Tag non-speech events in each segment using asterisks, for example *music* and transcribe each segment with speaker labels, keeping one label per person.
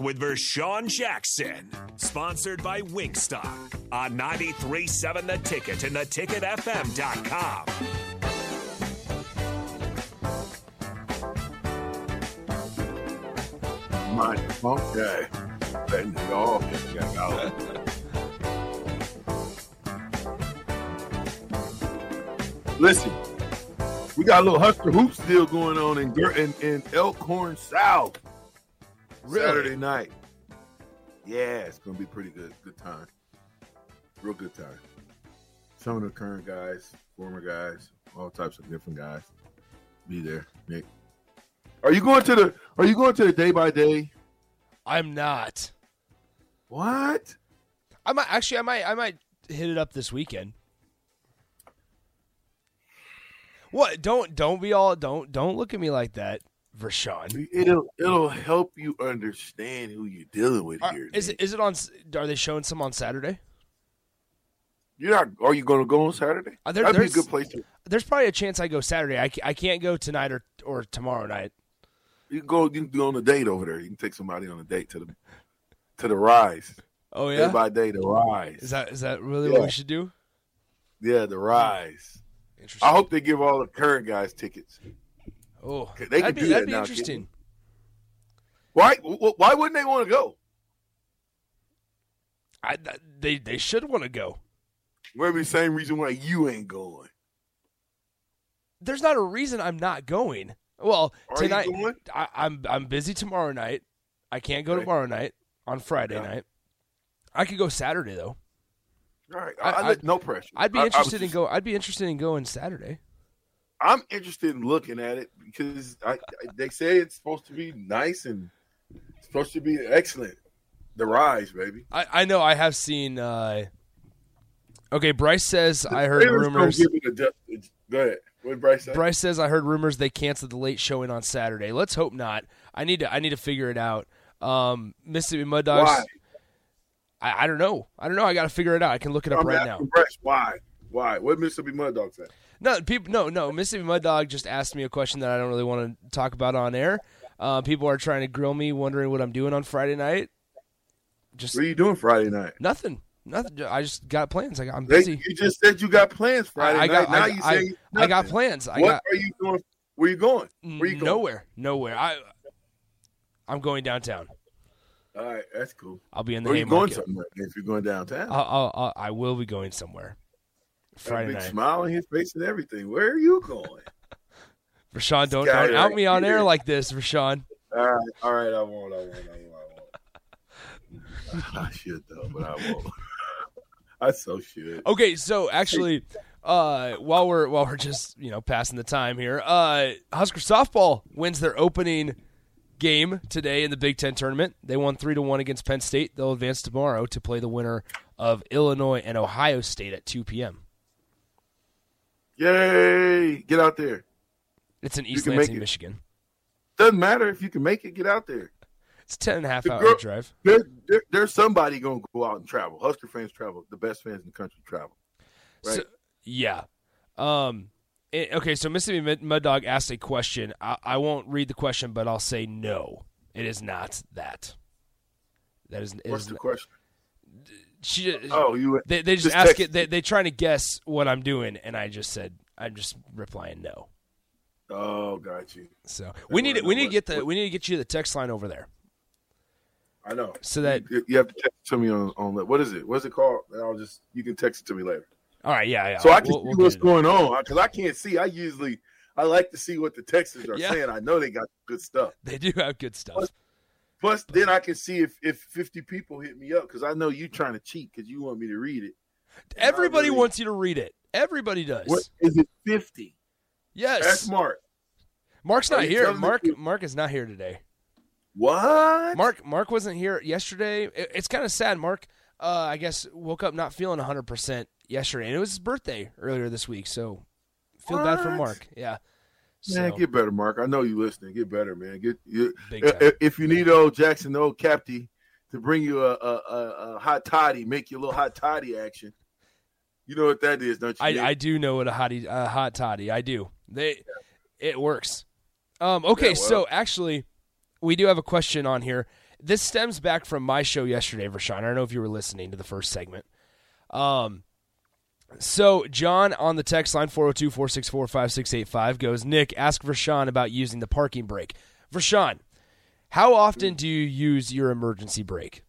Speaker 1: with Vershawn Jackson, sponsored by Wingstop on 937 The Ticket and theticketfm.com.
Speaker 2: My monkey. Then you all get out. *laughs* Listen, we got a little Husker Hoop still going on in, Ger- in, in Elkhorn South Saturday night. Yeah, it's going to be pretty good. Good time. Real good time. Some of the current guys, former guys, all types of different guys be there. Nick, are you going to the? Are you going to the day by day?
Speaker 3: I'm not.
Speaker 2: What?
Speaker 3: I might actually. I might. I might hit it up this weekend. What? Don't don't be all don't don't look at me like that, Vershawn.
Speaker 2: It'll it'll help you understand who you're dealing with
Speaker 3: Are,
Speaker 2: here.
Speaker 3: Uh, is
Speaker 2: Nick.
Speaker 3: it is it on? s- Are they showing some on Saturday?
Speaker 2: You're not. Are you going to go on Saturday?
Speaker 3: Uh, there-
Speaker 2: That'd be a
Speaker 3: there's-
Speaker 2: good place to.
Speaker 3: There's probably a chance I go Saturday. I, ca- I can't go tonight or or tomorrow night.
Speaker 2: You can go. You can go on a date over there. You can take somebody on a date to the to the rise
Speaker 3: Oh
Speaker 2: day by day. The rise.
Speaker 3: Is that is that really what
Speaker 2: Yeah.
Speaker 3: we should do?
Speaker 2: yeah, the rise.
Speaker 3: Interesting.
Speaker 2: I hope they give all the current guys tickets.
Speaker 3: oh,
Speaker 2: they
Speaker 3: that'd
Speaker 2: could
Speaker 3: be,
Speaker 2: do that
Speaker 3: that'd be
Speaker 2: now,
Speaker 3: interesting.
Speaker 2: couldn't Why? wh- Why wouldn't they want to go?
Speaker 3: I, th- they they should want to go.
Speaker 2: Maybe the same reason why you ain't going.
Speaker 3: There's not a reason I'm not going. Well,
Speaker 2: Are you
Speaker 3: tonight
Speaker 2: going?
Speaker 3: I, I'm I'm busy tomorrow night. I can't go
Speaker 2: Okay.
Speaker 3: tomorrow night on Friday
Speaker 2: Yeah.
Speaker 3: night. I could go Saturday though.
Speaker 2: All right.
Speaker 3: I-
Speaker 2: I, I-
Speaker 3: I-
Speaker 2: no pressure.
Speaker 3: I'd be
Speaker 2: I- I was
Speaker 3: interested in
Speaker 2: just-
Speaker 3: go. I'd be interested in going Saturday.
Speaker 2: I'm interested in looking at it because I, I they say it's supposed to be nice and it's supposed to be excellent. The rise, baby.
Speaker 3: I, I know I have seen. Uh, okay, Bryce says I heard
Speaker 2: They was gonna
Speaker 3: rumors.
Speaker 2: give it a ju- Go ahead. What did Bryce say?
Speaker 3: Bryce says I heard rumors they canceled the late showing on Saturday. Let's hope not. I need to I need to figure it out. Um, Mississippi Mud Dogs.
Speaker 2: why?
Speaker 3: I, I don't know. I don't know. I got to figure it out. I can look it up
Speaker 2: I'm
Speaker 3: right now.
Speaker 2: asking Bryce why. Why? What Mississippi Mud Dog said?
Speaker 3: No, people. No, no. Mississippi Mud Dog just asked me a question that I don't really want to talk about on air. Uh, people are trying to grill me, wondering what I'm doing on Friday night. Just
Speaker 2: What are you doing Friday night?
Speaker 3: nothing. Nothing. I just got plans. I got, I'm
Speaker 2: They,
Speaker 3: busy.
Speaker 2: you just said you got plans Friday
Speaker 3: I, I got.
Speaker 2: night. Now
Speaker 3: I,
Speaker 2: you
Speaker 3: I-
Speaker 2: say
Speaker 3: I got plans. I
Speaker 2: What
Speaker 3: got
Speaker 2: are you doing? Where you going? Where you going?
Speaker 3: nowhere. Nowhere. I. I'm going downtown.
Speaker 2: All right, that's cool.
Speaker 3: I'll be in the
Speaker 2: Where you going
Speaker 3: Haymarket.
Speaker 2: somewhere if you're going downtown?
Speaker 3: I'll, I'll, I'll, I will be going somewhere.
Speaker 2: Got a
Speaker 3: Uh, Friday
Speaker 2: big
Speaker 3: night.
Speaker 2: smile on his face and everything. Where are you going?
Speaker 3: Rashawn, don't,
Speaker 2: guy
Speaker 3: don't out
Speaker 2: right
Speaker 3: me on air
Speaker 2: here.
Speaker 3: like this, Rashawn.
Speaker 2: All right, all right, I won't, I won't, I won't, I won't. I should though, but I *laughs* won't. Oh. I so should.
Speaker 3: Okay, so actually, uh, while we're while we're just you know passing the time here, uh, Husker softball wins their opening game today in the Big Ten tournament. They won three to one against Penn State. They'll advance tomorrow to play the winner of Illinois and Ohio State at two p.m.
Speaker 2: Yay! Get out there.
Speaker 3: It's in East
Speaker 2: can make
Speaker 3: Lansing,
Speaker 2: it.
Speaker 3: Michigan.
Speaker 2: Doesn't matter if you can make it. Get out there.
Speaker 3: It's a ten and a half
Speaker 2: The
Speaker 3: hour
Speaker 2: girl-
Speaker 3: drive.
Speaker 2: There, there, there's somebody gonna go out and travel. Husker fans travel. The best fans in the country travel. Right.
Speaker 3: So, yeah. Um. it- okay. So Mississippi Mud- Mud Dog asked a question. I, I won't read the question, but I'll say no. It is not that. That is. it
Speaker 2: What's
Speaker 3: is
Speaker 2: the
Speaker 3: n-
Speaker 2: question?
Speaker 3: she,
Speaker 2: Oh, you.
Speaker 3: they, they just,
Speaker 2: just
Speaker 3: ask
Speaker 2: text
Speaker 3: it. They, they trying to guess what I'm doing, and I just said I'm just replying no.
Speaker 2: Oh, got you.
Speaker 3: So we need
Speaker 2: wanna
Speaker 3: to- we
Speaker 2: know
Speaker 3: need to
Speaker 2: what-
Speaker 3: get the
Speaker 2: what-
Speaker 3: we need to get you the text line over there.
Speaker 2: I know.
Speaker 3: So that-
Speaker 2: you, you have to text it to me on on what is it? What's it called? And I'll just you can text it to me later.
Speaker 3: All right, yeah, yeah.
Speaker 2: so I can
Speaker 3: we'll-
Speaker 2: see
Speaker 3: we'll
Speaker 2: what's
Speaker 3: get it.
Speaker 2: going on because I can't see. I usually I like to see what the Texans are
Speaker 3: Yeah.
Speaker 2: saying. I know they got good stuff.
Speaker 3: They do have good stuff.
Speaker 2: Plus, then I can see if if fifty people hit me up because I know you trying to cheat because you want me to read it. And I
Speaker 3: Everybody
Speaker 2: really-
Speaker 3: wants you to read it. Everybody does.
Speaker 2: What is it? Fifty.
Speaker 3: Yes,
Speaker 2: That's Mark.
Speaker 3: Mark's
Speaker 2: Are
Speaker 3: not
Speaker 2: you
Speaker 3: here.
Speaker 2: telling the
Speaker 3: Mark
Speaker 2: truth?
Speaker 3: Mark is not here today.
Speaker 2: What?
Speaker 3: Mark Mark wasn't here yesterday. It- it's kind of sad. Mark, uh, I guess, woke up not feeling 100% yesterday, and it was his birthday earlier this week. So feel bad for
Speaker 2: What?
Speaker 3: Mark. Yeah.
Speaker 2: Man,
Speaker 3: So,
Speaker 2: get better, Mark. I know you listening. Get better, man. Get you,
Speaker 3: Big
Speaker 2: i-
Speaker 3: time.
Speaker 2: i- if you need old Jackson, old Capty, to bring you a, a, a, a hot toddy, make you a little hot toddy action. You know what that is, don't you?
Speaker 3: I,
Speaker 2: Nick?
Speaker 3: I do know what a hottie, a hot toddy. I do. They, it works. Um, okay,
Speaker 2: Yeah,
Speaker 3: so
Speaker 2: well.
Speaker 3: actually, we do have a question on here. This stems back from my show yesterday, Rashawn. I don't know if you were listening to the first segment. Um, so John on the text line 402-464-5685 goes, Nick, ask Rashawn about using the parking brake. Rashawn, how often
Speaker 2: Hmm.
Speaker 3: do you use your emergency brake?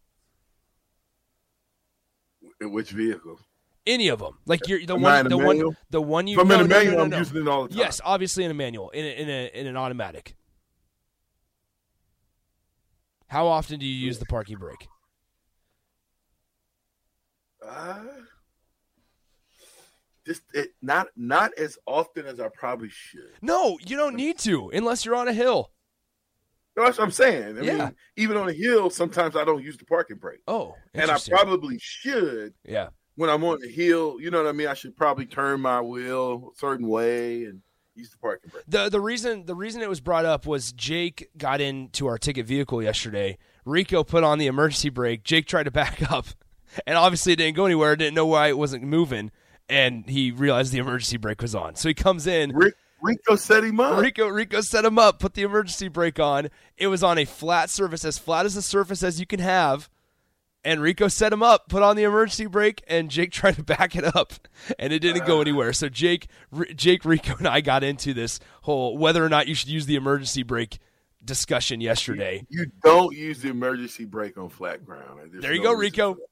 Speaker 2: In which vehicle?
Speaker 3: Any of them, like you're the
Speaker 2: Am I in
Speaker 3: one,
Speaker 2: a
Speaker 3: the one,
Speaker 2: manual?
Speaker 3: the one you.
Speaker 2: If I'm
Speaker 3: no,
Speaker 2: in a
Speaker 3: no, no,
Speaker 2: manual,
Speaker 3: no,
Speaker 2: I'm
Speaker 3: no.
Speaker 2: using it all the time.
Speaker 3: Yes, obviously in a manual, in a, in a in an automatic. How often do you use the parking brake?
Speaker 2: Uh, just it, not not as often as I probably should.
Speaker 3: No, you don't need to unless you're on a hill.
Speaker 2: No, that's what I'm saying. I
Speaker 3: Yeah.
Speaker 2: mean, even on a hill, sometimes I don't use the parking brake,
Speaker 3: Oh,
Speaker 2: and I
Speaker 3: interesting.
Speaker 2: probably should
Speaker 3: yeah,
Speaker 2: when I'm on the hill. You know what I mean? I should probably turn my wheel a certain way and use the parking brake.
Speaker 3: the the reason the reason it was brought up was Jake got into our ticket vehicle yesterday. Rico put on the emergency brake. Jake tried to back *laughs* up, and obviously it didn't go anywhere. Didn't know why it wasn't moving, and he realized the emergency brake was on. So he comes in.
Speaker 2: Rick, Rico set him up.
Speaker 3: Rico Rico set him up, put the emergency brake on. It was on a flat surface, as flat as a surface as you can have. And Rico set him up, put on the emergency brake, and Jake *laughs* tried to back it up, and it didn't
Speaker 2: Ah.
Speaker 3: go anywhere. So Jake, R- Jake, Rico, and I got into this whole whether or not you should use the emergency brake discussion yesterday.
Speaker 2: You don't use the emergency brake on flat ground. There's
Speaker 3: There you
Speaker 2: no
Speaker 3: go,
Speaker 2: reason
Speaker 3: Rico.
Speaker 2: for that.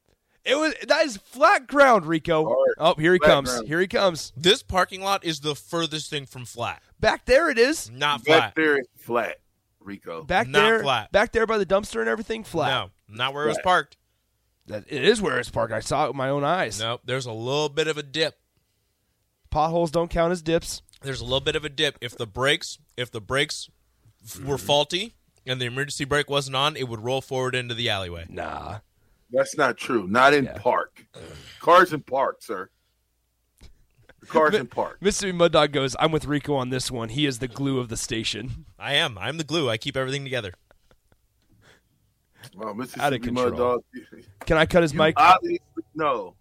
Speaker 3: It was that is flat ground, Rico.
Speaker 2: All right,
Speaker 3: Oh, here he
Speaker 2: flat
Speaker 3: comes.
Speaker 2: ground.
Speaker 3: Here he comes.
Speaker 4: This parking lot is the furthest thing from flat.
Speaker 3: Back there, it is.
Speaker 4: Not
Speaker 2: Back
Speaker 4: flat.
Speaker 2: there is flat, Rico.
Speaker 3: Back
Speaker 4: Not
Speaker 3: there,
Speaker 4: flat.
Speaker 3: back there by the dumpster and everything, flat.
Speaker 4: No, not where it was
Speaker 2: Flat.
Speaker 4: parked.
Speaker 3: That it is where it's parked. I saw it with my own eyes.
Speaker 4: Nope. There's a little bit of a dip.
Speaker 3: Potholes don't count as dips.
Speaker 4: There's a little bit of a dip. If the brakes, if the brakes f-
Speaker 3: Mm-hmm.
Speaker 4: were faulty and the emergency brake wasn't on, it would roll forward into the alleyway.
Speaker 3: Nah.
Speaker 2: That's not true. Not in park. Cars in park, sir. Cars in park.
Speaker 3: Mystery Mud Dog goes, I'm with Rico on this one. He is the glue of the station. *laughs*
Speaker 4: I am. I'm the glue. I keep everything together.
Speaker 2: Wow, Mississippi
Speaker 3: Out of control.
Speaker 2: Mud Dog.
Speaker 3: Can I cut his mic?
Speaker 2: Obviously, no.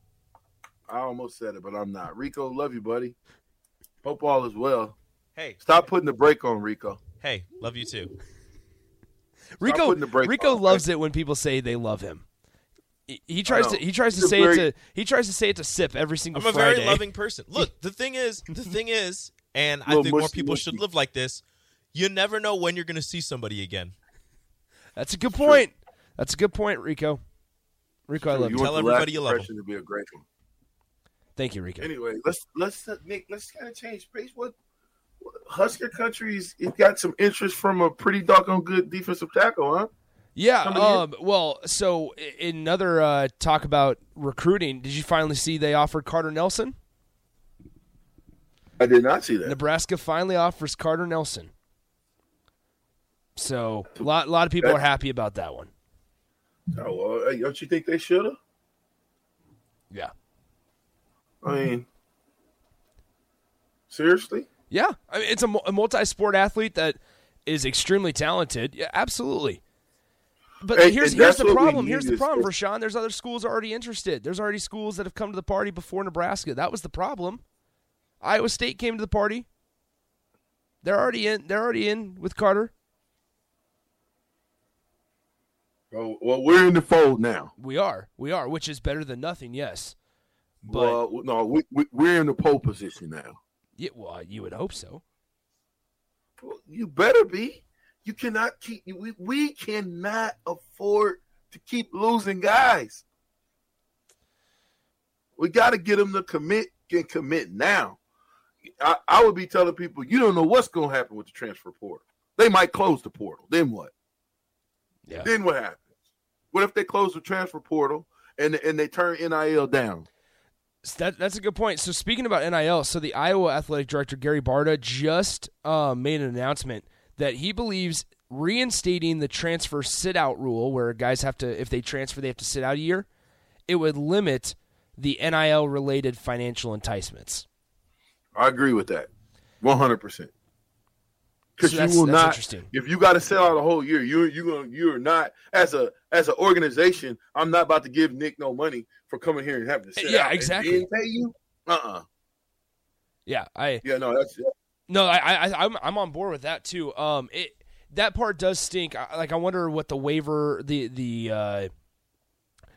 Speaker 2: I almost said it, but I'm not. Rico, love you, buddy. Hope all is well.
Speaker 4: Hey,
Speaker 2: Stop putting the brake on, Rico.
Speaker 4: hey, love you too.
Speaker 3: Rico
Speaker 2: putting the brake
Speaker 3: Rico
Speaker 2: on,
Speaker 3: loves it when people say they love him. He, he tries to
Speaker 2: know.
Speaker 3: he tries to
Speaker 2: He's
Speaker 3: say
Speaker 2: very-
Speaker 3: it to he tries to say it to sip every single
Speaker 4: I'm a
Speaker 3: Friday.
Speaker 4: very loving person. Look, the thing is, the thing is, and I
Speaker 2: Little
Speaker 4: think more
Speaker 2: mushy,
Speaker 4: people should
Speaker 2: mushy.
Speaker 4: live like this. You never know when you're going to see somebody again.
Speaker 3: *laughs* That's a good point. That's a good point, Rico. Rico, I love you.
Speaker 4: Tell
Speaker 2: the
Speaker 4: everybody
Speaker 2: last
Speaker 4: you love 'em.
Speaker 2: impression to be a great one.
Speaker 3: Thank you, Rico.
Speaker 2: Anyway, let's let's uh, Nick. Let's kind of change pace. What, what Husker countries? It got some interest from a pretty doggone good defensive tackle, huh?
Speaker 3: Yeah.
Speaker 2: Somebody here?
Speaker 3: Um, well, so i- in another uh, talk about recruiting, did you finally see they offered Carter Nelson?
Speaker 2: I did not see that.
Speaker 3: Nebraska finally offers Carter Nelson. So a lot, lot of people are happy about that one.
Speaker 2: Oh, well, hey, don't you think they should have?
Speaker 3: Yeah.
Speaker 2: I mean, seriously?
Speaker 3: Yeah. I mean, it's a, mu- a multi-sport athlete that is extremely talented. Yeah, absolutely. But
Speaker 2: And-
Speaker 3: here's
Speaker 2: and that's
Speaker 3: here's the
Speaker 2: what we
Speaker 3: problem.
Speaker 2: need
Speaker 3: Here's the
Speaker 2: is-
Speaker 3: problem, Rashawn. There's other schools already interested. There's already schools that have come to the party before Nebraska. That was the problem. Iowa State came to the party. They're already in. They're already in with Carter.
Speaker 2: Oh, well, we're in the fold now.
Speaker 3: We are. We are, which is better than nothing. Yes. But
Speaker 2: well, no, we, we, we're in the pole position now.
Speaker 3: yeah, well, you would hope so.
Speaker 2: Well, You better be. You cannot keep. We, we cannot afford to keep losing guys. We got to get them to commit. Can commit now. I, I would be telling people, you don't know what's going to happen with the transfer portal. They might close the portal. Then what?
Speaker 3: Yeah.
Speaker 2: Then what happens? What if they close the transfer portal and and they turn NIL down?
Speaker 3: S- That, that's a good point. So speaking about NIL, so the Iowa athletic director Gary Barta just uh, made an announcement that he believes reinstating the transfer sit out rule where guys have to if they transfer they have to sit out a year it would limit the nil related financial enticements
Speaker 2: I agree with that, one hundred percent. Because
Speaker 3: So
Speaker 2: you
Speaker 3: that's-
Speaker 2: will
Speaker 3: that's
Speaker 2: not.
Speaker 3: interesting.
Speaker 2: If you got to sell out a whole year, you're you gonna you're not as a as an organization. I'm not about to give Nick no money for coming here and having to sell
Speaker 3: Yeah,
Speaker 2: out and
Speaker 3: exactly.
Speaker 2: then pay you. Uh uh
Speaker 3: yeah i
Speaker 2: Yeah, no, that's
Speaker 3: no i i i'm, I'm on board with that too um it that part does stink I, like i wonder what the waiver the the uh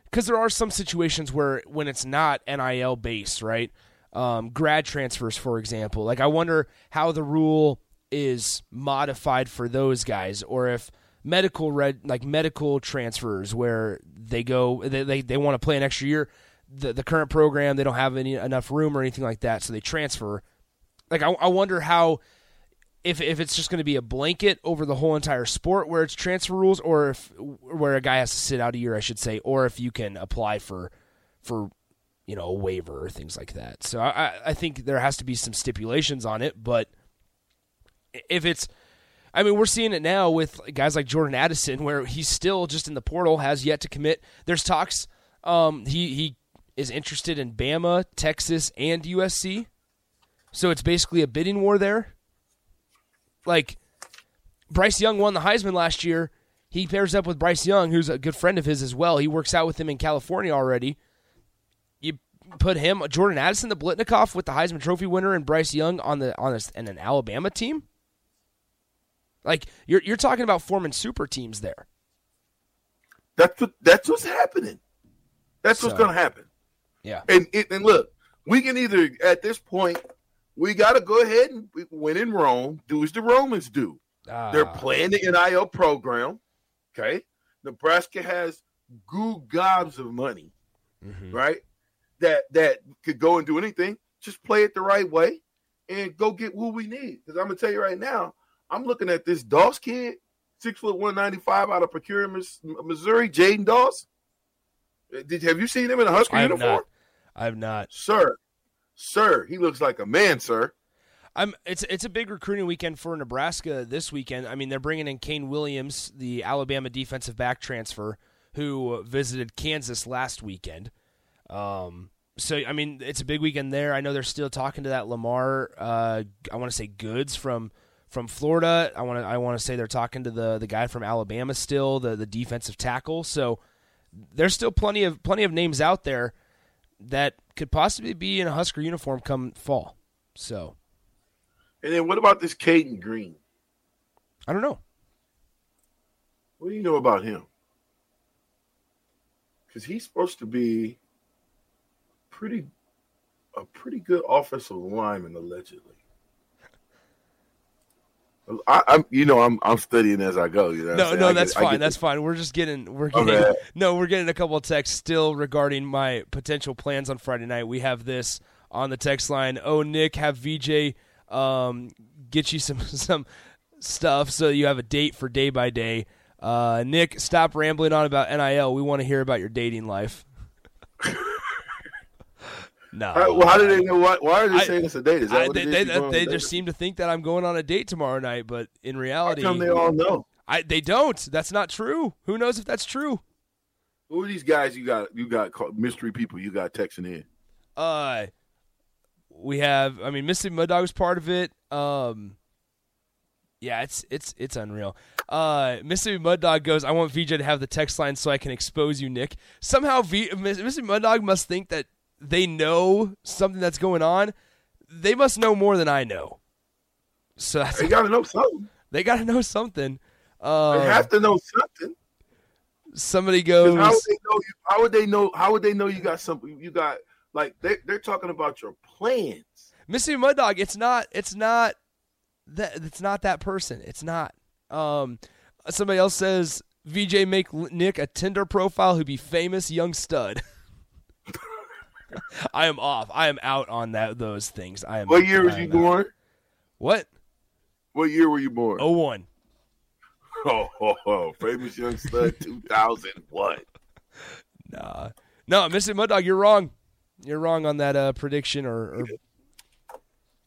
Speaker 3: because there are some situations where when it's not NIL based, right? Um, grad transfers, for example. Like I wonder how the rule is modified for those guys, or if medical red like medical transfers where they go they they, they want to play an extra year. The, the current program they don't have any enough room or anything like that, so they transfer. Like I, I wonder how if if it's just going to be a blanket over the whole entire sport where it's transfer rules, or if where a guy has to sit out a year, I should say, or if you can apply for for you know a waiver or things like that. So I I- I think there has to be some stipulations on it, but if it's I mean, we're seeing it now with guys like Jordan Addison, where he's still just in the portal, has yet to commit. There's talks. Um, he he is interested in Bama, Texas, and USC. So it's basically a bidding war there. Like Bryce Young won the Heisman last year. He pairs up with Bryce Young, who's a good friend of his as well. He works out with him in California already. You put him, Jordan Addison, the Blitnikoff with the Heisman Trophy winner, and Bryce Young on the on a, and an Alabama team. Like you're you're talking about forming super teams there.
Speaker 2: that's what that's what's happening. That's what's
Speaker 3: So-
Speaker 2: gonna happen.
Speaker 3: Yeah.
Speaker 2: And it, and look, we can either at this point we got to go ahead and win in Rome. Do as the Romans do. They're
Speaker 3: Ah,
Speaker 2: playing the NIL program. Okay. Nebraska has goo gobs of money,
Speaker 3: Mm-hmm.
Speaker 2: right? That that could go and do anything. Just play it the right way and go get who we need. Because I'm gonna tell you right now, I'm looking at this Doss kid, six foot one ninety five out of procurement Missouri, Jaden Doss. Uh, Did have you seen him in a Husker
Speaker 3: I have
Speaker 2: uniform?
Speaker 3: not. I've not.
Speaker 2: Sir, sir, he looks like a man, sir.
Speaker 3: I'm it's it's a big recruiting weekend for Nebraska this weekend. I mean, they're bringing in Kane Williams, the Alabama defensive back transfer who visited Kansas last weekend. Um so I mean, it's a big weekend there. I know they're still talking to that Lamar uh I want to say Goods from from Florida. I want to I want to say they're talking to the the guy from Alabama still, the the defensive tackle. So there's still plenty of plenty of names out there that could possibly be in a Husker uniform come fall. So
Speaker 2: And then what about this Caden Green?
Speaker 3: I don't know.
Speaker 2: What do you know about him? Because he's supposed to be pretty a pretty good offensive lineman, allegedly. I, I'm, you know, I'm I'm studying as I go. You know, what I'm
Speaker 3: No,
Speaker 2: saying?
Speaker 3: no,
Speaker 2: I get-
Speaker 3: that's
Speaker 2: I get
Speaker 3: fine.
Speaker 2: the-
Speaker 3: That's fine. We're just getting we're
Speaker 2: My
Speaker 3: getting
Speaker 2: bad.
Speaker 3: no, we're getting a couple of texts still regarding my potential plans on Friday night. We have this on the text line. Oh, Nick, have VJ um, get you some *laughs* some stuff so you have a date for day by day. Uh, Nick, stop rambling on about NIL. We want to hear about your dating life. *laughs* no.
Speaker 2: All right, well, how do they know? Why, why are they
Speaker 3: I-
Speaker 2: saying it's a date? Is that
Speaker 3: I-
Speaker 2: what
Speaker 3: they
Speaker 2: it is
Speaker 3: they,
Speaker 2: you going
Speaker 3: they
Speaker 2: on a
Speaker 3: just
Speaker 2: date?
Speaker 3: seem to think that I'm going on a date tomorrow night, but in
Speaker 2: How
Speaker 3: reality,
Speaker 2: come they all know?
Speaker 3: I they don't. That's not true. Who knows if that's true?
Speaker 2: Who are these guys you got? You got call, mystery people you got texting in?
Speaker 3: Uh we have I mean Mississippi Mud Dog was part of it. Um yeah, it's it's it's unreal. Uh, Mississippi Mud Dog goes. I want VJ to have the text line so I can expose you, Nick. Somehow, v- Miss- Mississippi Mud Dog must think that they know something that's going on. They must know more than I know. So that's, *laughs*
Speaker 2: They got to know something.
Speaker 3: they got to know something.
Speaker 2: They
Speaker 3: Uh,
Speaker 2: have to know something.
Speaker 3: somebody
Speaker 2: 'Cause
Speaker 3: goes.
Speaker 2: How would they know? You, how would they know? How would they know you got something? You got like they they're talking about your plans.
Speaker 3: Mississippi Mud Dog, it's not it's not that it's not that person. It's not. Um somebody else says VJ make L- Nick a Tinder profile who'd be famous young stud. *laughs* I am off. I am out on that those things. I am
Speaker 2: What year was
Speaker 3: I
Speaker 2: you
Speaker 3: am out.
Speaker 2: born?
Speaker 3: What?
Speaker 2: What year were you born?
Speaker 3: Oh one.
Speaker 2: Oh, oh, *laughs* oh, famous young *laughs* stud, two thousand one.
Speaker 3: Nah. No, Mississippi Mud Dog, you're wrong. You're wrong on that uh, prediction or, or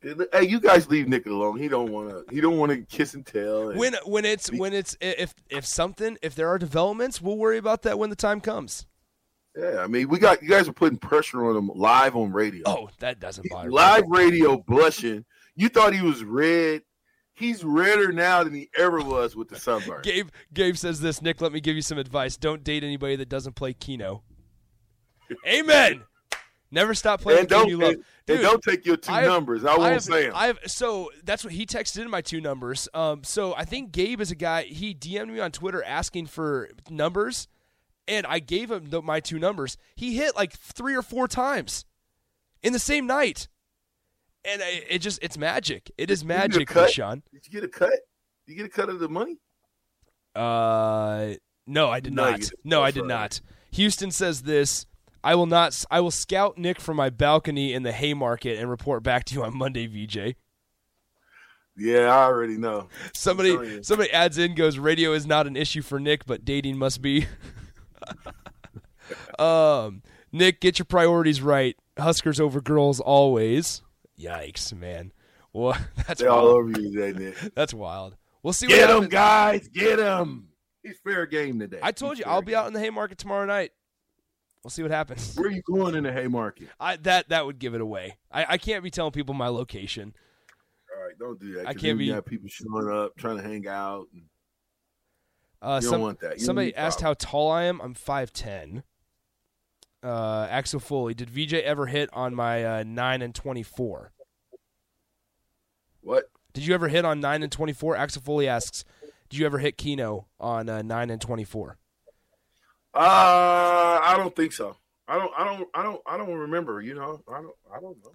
Speaker 2: Hey, you guys leave Nick alone. He don't want to. He don't want to kiss and tell. and-
Speaker 3: When when it's when it's if if something if there are developments, we'll worry about that when the time comes.
Speaker 2: yeah, I mean, we got you guys are putting pressure on him live on radio.
Speaker 3: Oh, that doesn't bother me.
Speaker 2: live radio blushing. You thought he was red. He's redder now than he ever was with the sunburn.
Speaker 3: *laughs* Gabe Gabe says this. Nick, let me give you some advice. Don't date anybody that doesn't play
Speaker 2: *laughs*
Speaker 3: Keno. Amen. Never stop playing
Speaker 2: and
Speaker 3: the game
Speaker 2: don't
Speaker 3: you love.
Speaker 2: and-
Speaker 3: Dude,
Speaker 2: and don't take your two
Speaker 3: I have-
Speaker 2: numbers. I won't
Speaker 3: have,
Speaker 2: say them.
Speaker 3: I have so that's what he texted in my two numbers. Um, so I think Gabe is a guy. He DM'd me on Twitter asking for numbers, and I gave him the, my two numbers. He hit like three or four times in the same night, and I, it just it's magic. It is
Speaker 2: you get a
Speaker 3: magic,
Speaker 2: cut?
Speaker 3: Sean.
Speaker 2: Did you get a cut? Did you get a cut of the money?
Speaker 3: Uh, no, I did
Speaker 2: No, you
Speaker 3: not.
Speaker 2: didn't.
Speaker 3: No, I
Speaker 2: That's
Speaker 3: did
Speaker 2: right.
Speaker 3: not. Houston says this. I will not. I will scout Nick from my balcony in the Haymarket and report back to you on Monday, VJ.
Speaker 2: Yeah, I already know. telling
Speaker 3: Somebody,
Speaker 2: you.
Speaker 3: somebody adds in goes. Radio is not an issue for Nick, but dating must be. *laughs* um, Nick, get your priorities right. Huskers over girls always. Yikes, man. Well, *laughs* that's
Speaker 2: They're all
Speaker 3: wild.
Speaker 2: over you today,
Speaker 3: *laughs*
Speaker 2: Nick.
Speaker 3: that's wild. We'll see.
Speaker 2: Get
Speaker 3: what
Speaker 2: him,
Speaker 3: happens.
Speaker 2: guys. Get him. He's fair game today.
Speaker 3: I told
Speaker 2: He's
Speaker 3: you
Speaker 2: fair
Speaker 3: I'll be
Speaker 2: game.
Speaker 3: out in the Haymarket tomorrow night. We'll see what happens.
Speaker 2: Where are you going in the Haymarket?
Speaker 3: I that that would give it away. I, I can't be telling people my location.
Speaker 2: All right, don't do that.
Speaker 3: I
Speaker 2: 'cause then
Speaker 3: can't be-
Speaker 2: You got people showing up, trying to hang out. and-
Speaker 3: Uh,
Speaker 2: You don't
Speaker 3: some-
Speaker 2: want that. You don't
Speaker 3: somebody
Speaker 2: need
Speaker 3: asked how tall I am. I'm five ten. Uh, Axel Foley, did VJ ever hit on my uh, nine and twenty four?
Speaker 2: What?
Speaker 3: Did you ever hit on nine and twenty four? Axel Foley asks, did you ever hit Keno on uh, nine and twenty four?
Speaker 2: Uh, I don't think so. I don't. I don't. I don't. I don't remember. You know. I don't. I don't know.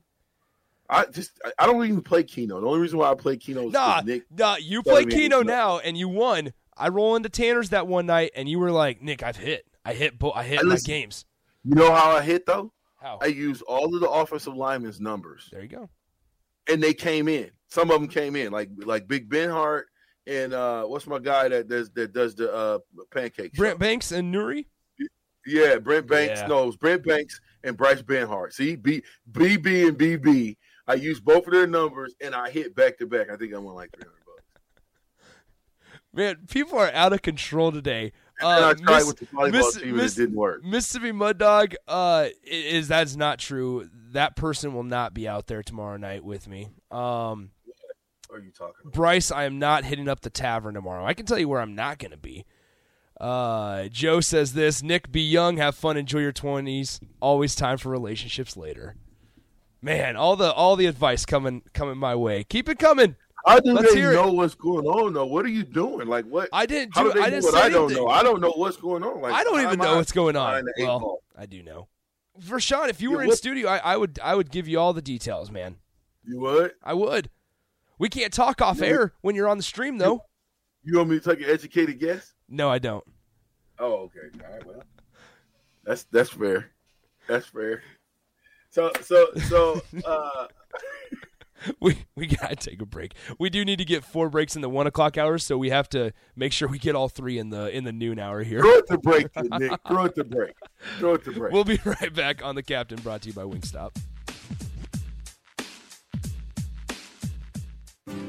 Speaker 2: I just. I, I don't even play Keno. The only reason why I play Keno is 'cause
Speaker 3: Nah,
Speaker 2: Nick.
Speaker 3: nah. You
Speaker 2: Sorry,
Speaker 3: play
Speaker 2: man.
Speaker 3: Keno
Speaker 2: No.
Speaker 3: now, and you won. I roll into Tanner's that one night, and you were like, Nick, I've hit. I hit. Bo- I hit
Speaker 2: Hey,
Speaker 3: my
Speaker 2: listen.
Speaker 3: games.
Speaker 2: You know how I hit though?
Speaker 3: How?
Speaker 2: I used all of the offensive linemen's numbers,
Speaker 3: there you go.
Speaker 2: and they came in. Some of them came in, like like Big Ben Hart and uh, what's my guy that does that does the uh, pancake? show?
Speaker 3: Brent Banks and Nuri.
Speaker 2: Yeah, Brent Banks.
Speaker 3: Yeah.
Speaker 2: No, it was Brent Banks and Bryce Benhart. See, B, BB and BB. I used both of their numbers and I hit back to back. I think I won like 300 bucks.
Speaker 3: Man, people are out of control today.
Speaker 2: And
Speaker 3: Uh,
Speaker 2: I tried
Speaker 3: Miss-
Speaker 2: with the volleyball
Speaker 3: Miss-
Speaker 2: team and
Speaker 3: Miss-
Speaker 2: it didn't work.
Speaker 3: Mississippi Mud Dog uh, i- is that's not true. That person will not be out there tomorrow night with me. Um,
Speaker 2: What are you talking about?
Speaker 3: Bryce, I am not hitting up the tavern tomorrow. I can tell you where I'm not going to be. Uh, Joe says this. Nick, be young, have fun, enjoy your twenties. Always time for relationships later. Man, all the all the advice coming coming my way. Keep it coming.
Speaker 2: How do
Speaker 3: Let's
Speaker 2: they
Speaker 3: hear it.
Speaker 2: know what's going on though? What are you doing? Like what?
Speaker 3: I didn't
Speaker 2: how
Speaker 3: do.
Speaker 2: do they
Speaker 3: I
Speaker 2: know
Speaker 3: didn't
Speaker 2: what
Speaker 3: say
Speaker 2: I don't
Speaker 3: anything.
Speaker 2: know. I don't know what's going on. Like
Speaker 3: I don't
Speaker 2: how
Speaker 3: even
Speaker 2: am
Speaker 3: know
Speaker 2: I
Speaker 3: what's going on.
Speaker 2: behind the eight
Speaker 3: Well,
Speaker 2: ball?
Speaker 3: I do know. For Sean, if you
Speaker 2: Yeah,
Speaker 3: were in
Speaker 2: what-
Speaker 3: studio, I, I would I would give you all the details, man.
Speaker 2: you would.
Speaker 3: I would. We can't talk off
Speaker 2: Yeah,
Speaker 3: air when you're on the stream, though.
Speaker 2: You want me to take an educated guess?
Speaker 3: No, I don't. *laughs*
Speaker 2: Oh, okay. All right. Well, that's that's fair. That's fair. So so so uh
Speaker 3: We we gotta take a break. We do need to get four breaks in the one o'clock hours, so we have to make sure we get all three in the in the noon hour
Speaker 2: *laughs*
Speaker 3: here.
Speaker 2: throw it to break, then, Nick. Throw it to break. Throw it to break.
Speaker 3: *laughs* We'll be right back on the Captain, brought to you by Wingstop.